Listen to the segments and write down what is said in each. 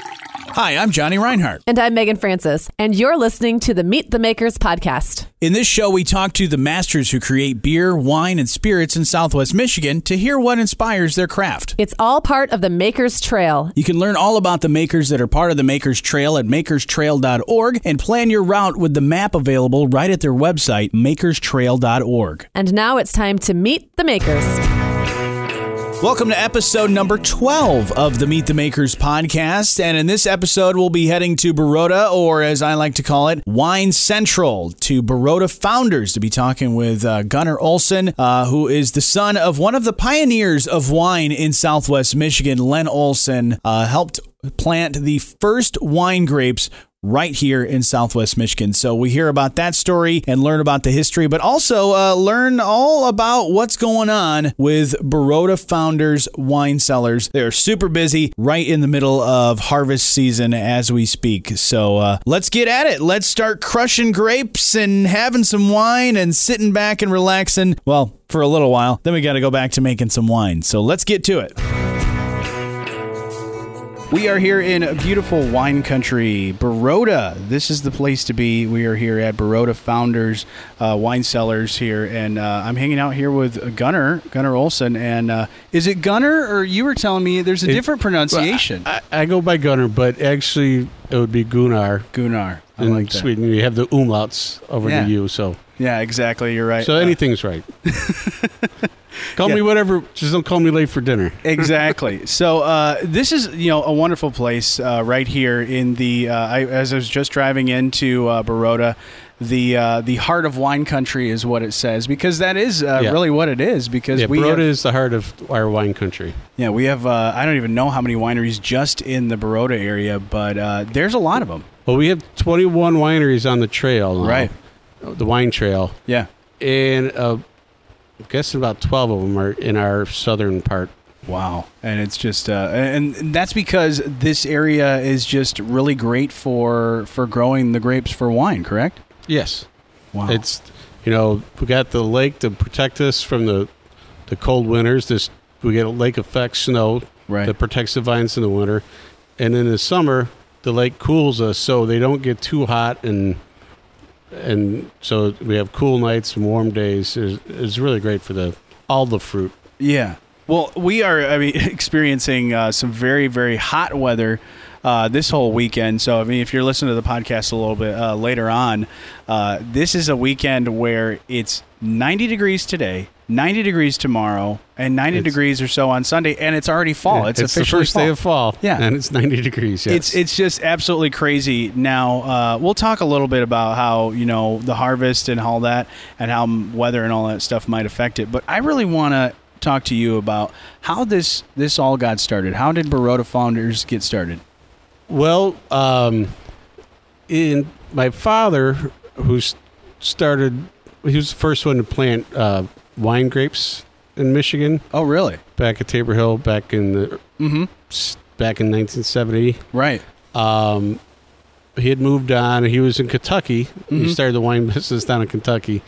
Hi, I'm Johnny Reinhardt. And I'm Megan Francis, and you're listening to the Meet the Makers podcast. In this show, we talk to the masters who create beer, wine, and spirits in Southwest Michigan to hear what inspires their craft. It's all part of the Makers Trail. You can learn all about the makers that are part of the Makers Trail at makerstrail.org and plan your route with the map available right at their website, makerstrail.org. And now it's time to meet the makers. Welcome to episode number 12 of the Meet the Makers podcast. And in this episode, we'll be heading to Baroda, or as I like to call it, Wine Central, to Baroda founders to be talking with uh, Gunnar Olson, uh, who is the son of one of the pioneers of wine in Southwest Michigan. Len Olson uh, helped plant the first wine grapes right here in Southwest Michigan. So we hear about that story and learn about the history, but also uh, learn all about what's going on with Baroda Founders Wine Cellars. They are super busy right in the middle of harvest season as we speak. So uh, let's get at it. Let's start crushing grapes and having some wine and sitting back and relaxing. Well, for a little while. Then we got to go back to making some wine. So let's get to it. We are here in beautiful wine country, Baroda. This is the place to be. We are here at Baroda Founders uh, Wine Cellars here, and uh, I'm hanging out here with Gunnar Gunnar Olson. And uh, is it Gunnar or you were telling me there's a It- different pronunciation? I, I go by Gunnar, but actually it would be Gunnar. Gunnar. I in like that. Sweden, you have the umlauts over Yeah. the U, so Yeah, exactly. You're right. so Uh, anything's right. call me whatever, just don't call me late for dinner. exactly. So uh, this is you know a wonderful place uh, right here in the. Uh, I, as I was just driving into uh, Baroda, the uh, the heart of wine country is what it says because that is uh, Yeah. really what it is because Yeah, we Baroda have, is the heart of our wine country. yeah we have uh, I don't even know how many wineries just in the Baroda area, but uh, there's a lot of them. Well, we have 21 wineries on the trail, now, Right. The wine trail, Yeah. and uh, I guess about 12 of them are in our southern part. Wow. And it's just, uh, and and that's because this area is just really great for for growing the grapes for wine. Correct. Yes, Wow. It's you know we got the lake to protect us from the the cold winters. This we get a lake effect snow Right. that protects the vines in the winter, and in the summer the lake cools us so they don't get too hot and and so we have cool nights and warm days. It's, it's really great for the all the fruit. Yeah. Well, we are I mean, experiencing uh, some very, very hot weather uh, this whole weekend. So, I mean, if you're listening to the podcast a little bit uh, later on, uh, this is a weekend where it's 90 degrees today, 90 degrees tomorrow, and 90 It's- degrees or so on Sunday, and it's already fall. Oh, It's, the officially first day fall. of fall. Yeah. and it's ninety degrees. Yes. It's it's just absolutely crazy. Now uh, we'll talk a little bit about how you know the harvest and all that, and how m- weather and all that stuff might affect it. But I really want to talk to you about how this this all got started. How did Baroda Founders get started? Well, um, in my father, who s- started, he was the first one to plant uh, wine grapes in Michigan Oh, really? back at Tabor Hill back in the Mm-hmm. s- back in 1970. Right. Um, he had moved on. He was in Kentucky. Mhm. He started the wine business down in Kentucky.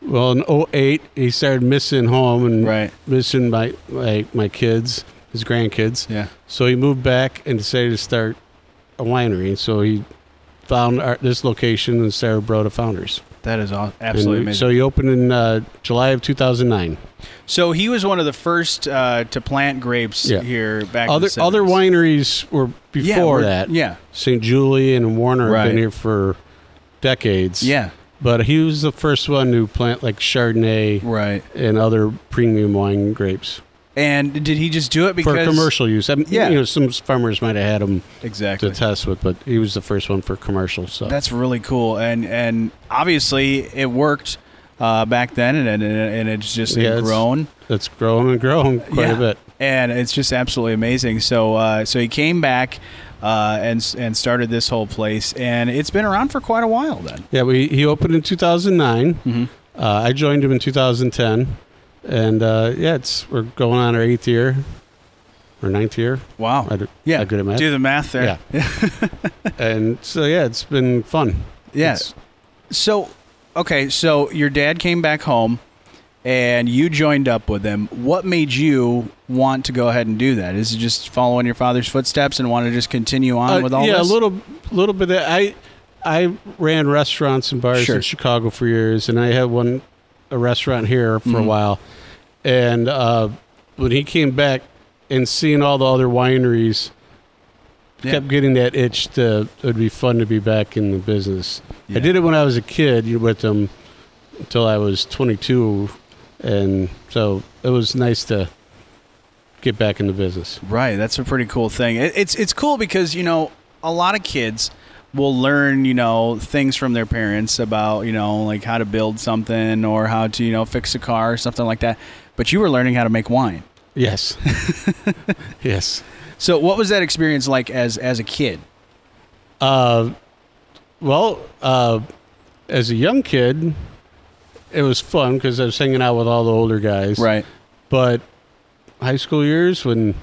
Well, in 08, he started missing home and Right. missing my, my my kids, his grandkids. Yeah. So he moved back and decided to start a winery. So he found our, this location in Sarabroda Founders. That is aw- absolutely And amazing. So he opened in uh, July of 2009. So he was one of the first uh, to plant grapes Yeah. here back. in Other the other 70s. wineries were Yeah, before we're- that. Yeah. St. Julian and Warner have Right. been here for decades. Yeah. But he was the first one to plant like Chardonnay Right. and other premium wine grapes And did he just do it because for commercial use. I mean, Yeah. You know, some farmers might have had them Exactly. to test with, but he was the first one for commercial. So That's really cool, and and obviously it worked uh, back then, and and, and it's just Yeah, it's- grown, that's grown and grown quite Yeah. a bit. and it's just absolutely amazing. So uh, so he came back uh, and s- and started this whole place, and it's been around for quite a while. Then Yeah, we, he opened in 2009. Mhm. Uh, I joined him in 2010, and uh, yeah, it's we're going on our eighth year or ninth year. wow, I d- yeah, I good at math. do the math there. Yeah, and so yeah, it's been fun. Yeah. It's- So okay, so your dad came back home, and you joined up with them. What made you want to go ahead and do that? Is it just following your father's footsteps and want to just continue on Uh, with all yeah, this? a little, little bit. Of, I, I ran restaurants and bars Sure. in Chicago for years, and I had one, a restaurant here for Mm-hmm. a while. And uh, when he came back and seeing all the other wineries, Yeah. kept getting that itch to it would be fun to be back in the business. Yeah. I did it when I was a kid you know, with them until I was 22, and so it was nice to get back in the business. Right, that's a pretty cool thing. It, it's it's cool because you know a lot of kids will learn you know things from their parents about you know like how to build something or how to you know fix a car or something like that. But you were learning how to make wine. Yes, yes. So what was that experience like as as a kid? Uh, well, uh, as a young kid, it was fun because I was hanging out with all the older guys. Right. But high school years, when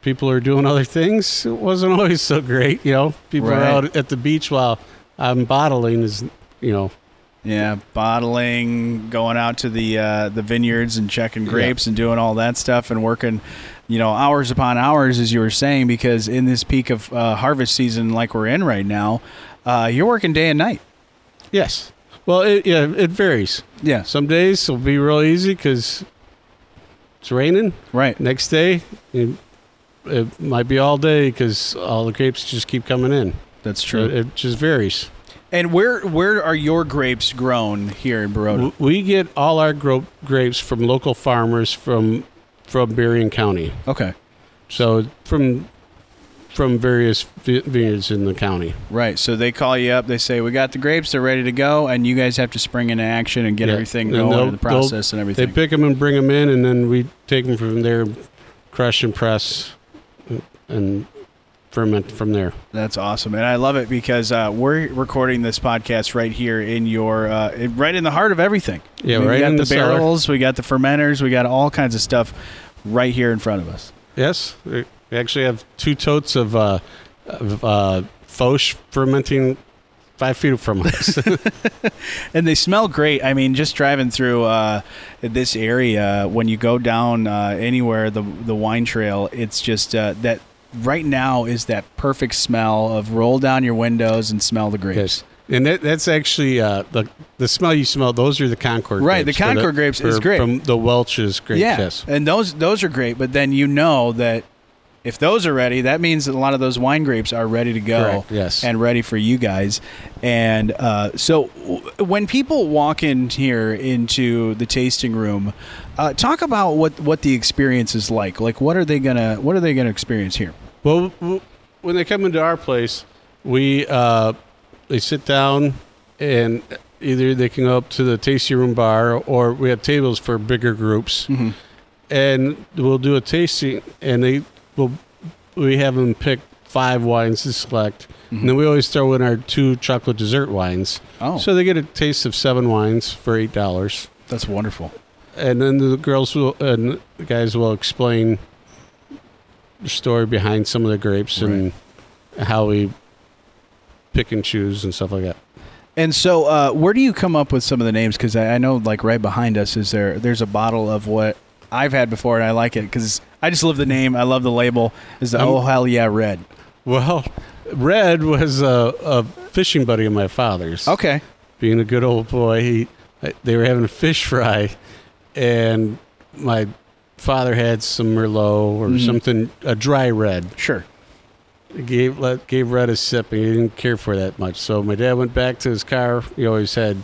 people are doing other things, it wasn't always so great. You know, people are Right. out at the beach while I'm bottling is, you know, Yeah, bottling, going out to the uh, the vineyards and checking grapes and doing all that stuff and working, you know, hours upon hours, as you were saying, because in this peak of uh, harvest season, like we're in right now, uh, you're working day and night. yes. Well, it, yeah, it varies. Yeah, Some days it'll be real easy because it's raining. right. Next day, it, it might be all day because all the grapes just keep coming in. That's true. It, it just varies. And where where are your grapes grown here in Baroda? W- We get all our gro- grapes from local farmers from from Berrien County. Okay, So from from various vi- vineyards in the county. right. So they call you up. They say we got the grapes. They're ready to go, and you guys have to spring into action and get Yeah. everything And going, they'll- and the process and They everything. pick them and bring them in, and then we take them from there, crush and press, uh, and ferment from there. That's awesome, and I love it because uh, we're recording this podcast right here in your, uh, in- right in the heart of everything. Yeah, I mean, right We got in the, the cellar. barrels, we got the fermenters, we got all kinds of stuff right here in front of us. Yes, we we actually have two totes of uh, of uh, Foch fermenting five feet from us. and they smell great. I mean, just driving through uh, this area, when you go down uh, anywhere the the wine trail, it's just uh, that right now is that perfect smell of roll down your windows and smell the grapes. Yes. And that, that's actually uh, the the smell you smell. Those are the Concord, Right, Grapes the for Concord grapes is for- great. from the Welch's grapes. yeah, Yes, and those those are great. But then you know that if those are ready, that means that a lot of those wine grapes are ready to go. Correct, yes. and ready for you guys. And uh, so w- when people walk in here into the tasting room, uh, talk about what what the experience is like. Like, what are they gonna what are they gonna experience here? Well, w- w- when they come into our place, we uh, they sit down, and either they can go up to the tasting room bar, or we have tables for bigger groups, and we'll do a tasting, and they will we have them pick five wines to select, and then we always throw in our two chocolate dessert wines. Oh. so they get a taste of seven wines for eight dollars That's wonderful. and then the girls will and the guys will explain the story behind some of the grapes and how we pick and choose and stuff like that. And so, uh, where do you come up with some of the names? Because I, I know, like right behind us, is there? There's a bottle of what I've had before, and I like it because I just love the name. I love the label. Is the Um, Oh Hell Yeah Red? Well, Red was a, a fishing buddy of my father's. Okay. Being a good old boy, he, they were having a fish fry, and my father had some Merlot or something, a dry red. Sure. gave let, gave Red a sip, and he didn't care for that much. So my dad went back to his car. He always had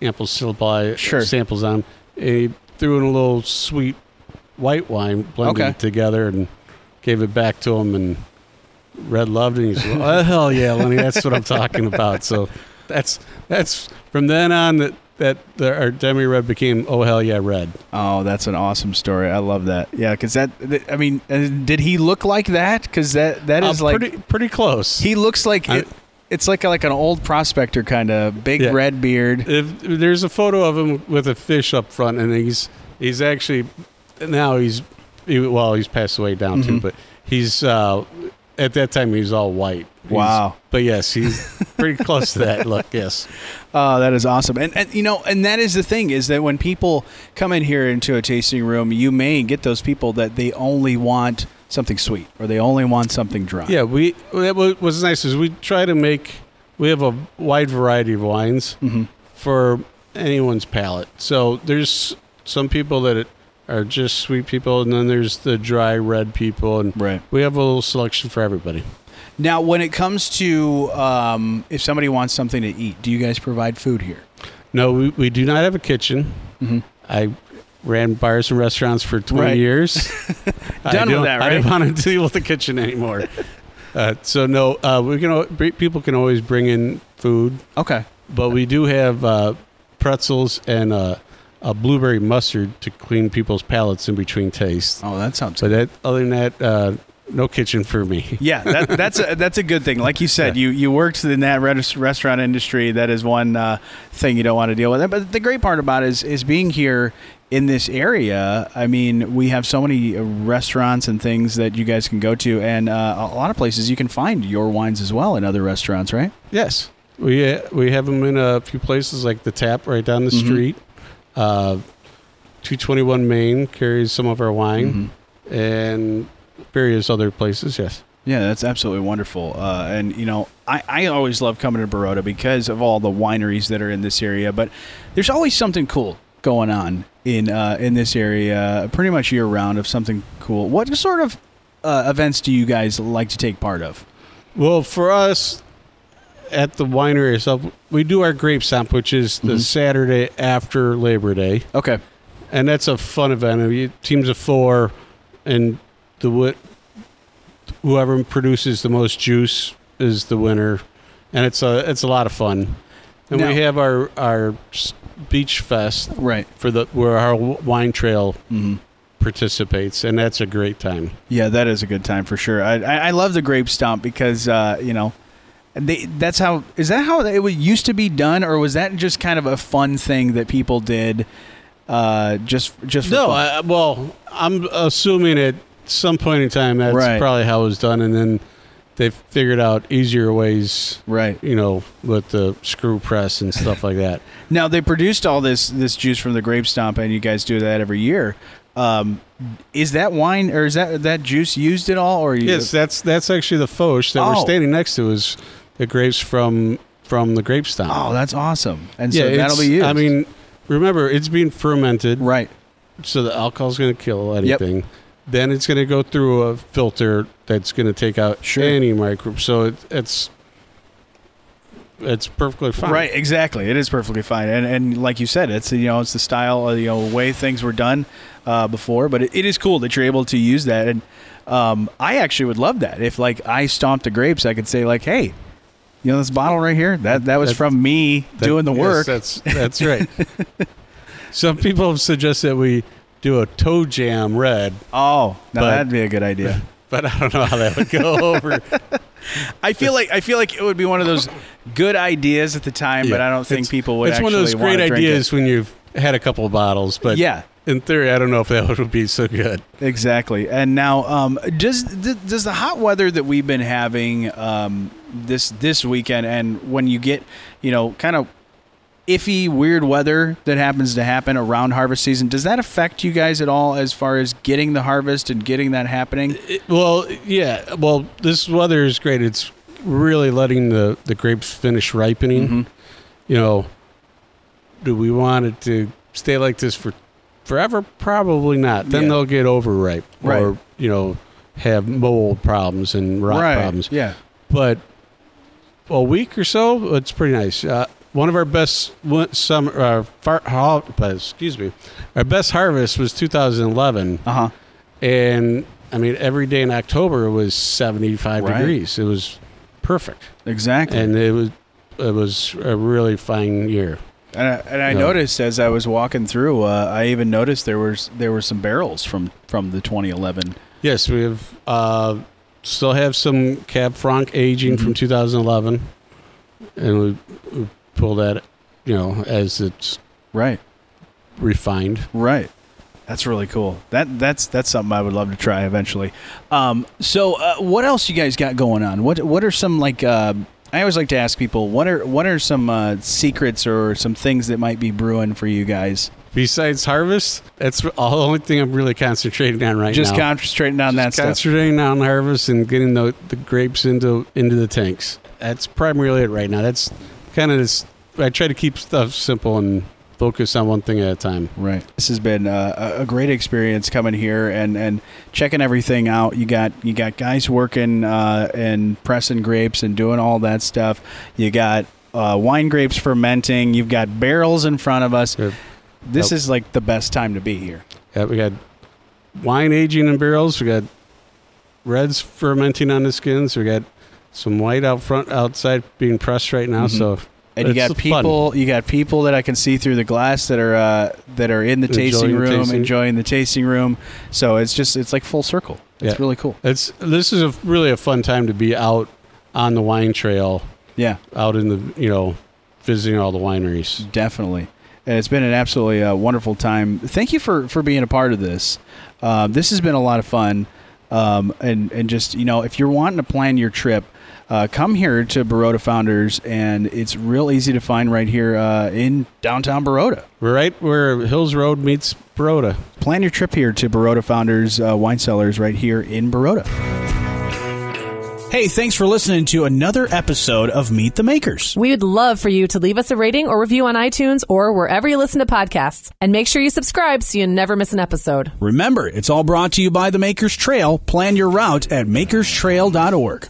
ample syllabi Sure. samples on, him, and he threw in a little sweet white wine, blended Okay. it together, and gave it back to him. And Red loved it. And he said, "Oh hell yeah, Lenny, that's what I'm talking about." So that's that's from then on that that the, our demi red became oh hell yeah red. Oh, that's an awesome story. I love that. Yeah, because that, th- I mean, uh, did he look like that? Because that that Uh, is like pretty pretty close. he looks like I- it, it's like a, like an old prospector kind of big Yeah. red beard. If there's a photo of him with a fish up front, and he's he's Mm-hmm. actually now he's he, well he's passed away down too, but he's uh, at that time he's all white. He's- Wow. But yes, he's pretty close to that look. Yes. Oh, that is awesome. And, and you know, and that is the thing is that when people come in here into a tasting room, you may get those people that they only want something sweet or they only want something dry. Yeah, we that wa- what's nice is we try to make we have a wide variety of wines Mm-hmm. for anyone's palate. So there's some people that are just sweet people, and then there's the dry red people, and Right. we have a little selection for everybody. Now, when it comes to um, if somebody wants something to eat, do you guys provide food here? No, we, we do not have a kitchen. I ran bars and restaurants for 20 Mm-hmm. Right. years. I Done with don't- that, I didn't right? want to deal with the kitchen anymore. uh, so no, uh, we can al- br- people can always bring in food, Okay. but we do have uh, pretzels and uh, a blueberry mustard to clean people's palates in between tastes. Oh, that sounds But good. that, other than that, uh, no kitchen for me. Yeah, that, that's a, that's a good thing. Like you said, you, you worked in that res- restaurant industry. That is one uh, thing you don't want to deal with. But the great part about it is is being here in this area. I mean, we have so many uh, restaurants and things that you guys can go to, and uh, a lot of places you can find your wines as well in other restaurants, right? Yes, we uh, we have them in a few places like the tap right down the street. Uh, Two twenty one Main carries some of our wine, and various other places. Yes, Yeah, that's absolutely wonderful. Uh, and, you know, I, I always love coming to Baroda because of all the wineries that are in this area, but there's always something cool going on in uh, in this area pretty much year round of something cool. What sort of uh, events do you guys like to take part of? well for us at the winery itself, we do our grape stomp, which is the Saturday after Labor Day. Okay. and that's a fun event. I mean, teams of four, and the wit- whoever produces the most juice is the winner, and it's a it's a lot of fun. And Now- we have our our s- beach fest Right. for the where our w- wine trail participates, and that's a great time. Yeah, that is a good time for sure. I, I, I love the grape stomp because, uh, you know, they, that's how is that how it was used to be done, or was that just kind of a fun thing that people did uh, just just for No, fun? I, well, I'm assuming at some point in time that's Right. probably how it was done, and then they figured out easier ways right? you know, with the screw press and stuff like that. Now they produced all this this juice from the grape stomp, and you guys do that every year. Um, is that wine or is that that juice used at all? Or you, yes, that's that's actually the foch that Oh. we're standing next to is the grapes from from the grape stomp. Oh, that's awesome! And yeah, so that'll it's- be used. I mean, remember it's being fermented, right? so the alcohol's going to kill anything. Then it's going to go through a filter that's going to take out Sure. any microbe. So it, it's it's perfectly fine. Right, exactly. It is perfectly fine, and and like you said, it's you know it's the style, uh, you know, way things were done uh, before. But it, it is cool that you're able to use that, and um, I actually would love that if like I stomped the grapes, I could say like, hey, you know, this bottle right here that that was That- from me That- doing the yes, work. that's that's right. Some people have suggested that we do a toe jam red. oh, now But- that'd be a good idea. but I don't know how that would go over. I feel like I feel like it would be one of those good ideas at the time, but I don't think It's- people would. It's one of those actually wanna great drink it. ideas when you've had a couple of bottles, but Yeah. in theory, I don't know if that would be so good. Exactly. And now, um, does th- does the hot weather that we've been having um, this this weekend, and when you get, you know, kind of iffy, weird weather that happens to happen around harvest season, does that affect you guys at all as far as getting the harvest and getting that happening? It- well, yeah. Well, this weather is great. It's really letting the the grapes finish ripening. Mm-hmm. You know, do we want it to stay like this for forever? Probably not. Then Yeah. they'll get overripe, Right. or you know, have mold problems and rot right. problems. Yeah. but a week or so, it's pretty nice. Uh, one of our best win- summer, uh, far, ho- uh, excuse me, our best harvest was 2011, Uh huh. and I mean every day in October was 75 Right. degrees. It was perfect, Exactly. and it was it was a really fine year. And I, and I Yeah. noticed as I was walking through, uh, I even noticed there was there were some barrels from from the 2011. Yes, we have uh, still have some Cab Franc aging from 2011, and we, we pull that, you know, as it's Right, refined. right. That's really cool. That that's that's something I would love to try eventually. Um, so uh, what else you guys got going on? What what are some like? Uh, I always like to ask people what are what are some uh, secrets or some things that might be brewing for you guys? Besides harvest, that's the only thing I'm really concentrating on right Just now. concentrating on that Just stuff. concentrating on harvest and getting the, the grapes into into the tanks. That's primarily it right now. That's kind of this. I try to keep stuff simple and focus on one thing at a time. Right. This has been uh, a, a great experience coming here and, and checking everything out. You got you got guys working uh, and pressing grapes and doing all that stuff. You got uh, wine grapes fermenting. You've got barrels in front of us. Yep. This Yep. is like the best time to be here. Yeah, we got wine aging in barrels. We got reds fermenting on the skins. We got some white out front outside being pressed right now. Mhm. So And you It's got fun. people. You got people that I can see through the glass that are uh, that are in the Enjoying tasting the room, tasting. enjoying the tasting room. So it's just it's like full circle. It's Yeah. really cool. it's this is a really a fun time to be out on the wine trail, Yeah. out in the you know visiting all the wineries. Definitely. And it's been an absolutely uh, wonderful time. Thank you for, for being a part of this. Um, this has been a lot of fun. Um, and, and just, you know, if you're wanting to plan your trip, uh, come here to Baroda Founders, and it's real easy to find right here uh, in downtown Baroda. We're right where Hills Road meets Baroda. Plan your trip here to Baroda Founders uh, Wine Cellars right here in Baroda. Hey, thanks for listening to another episode of Meet the Makers. We would love for you to leave us a rating or review on iTunes or wherever you listen to podcasts. And make sure you subscribe so you never miss an episode. Remember, it's all brought to you by the Makers Trail. Plan your route at makerstrail.org.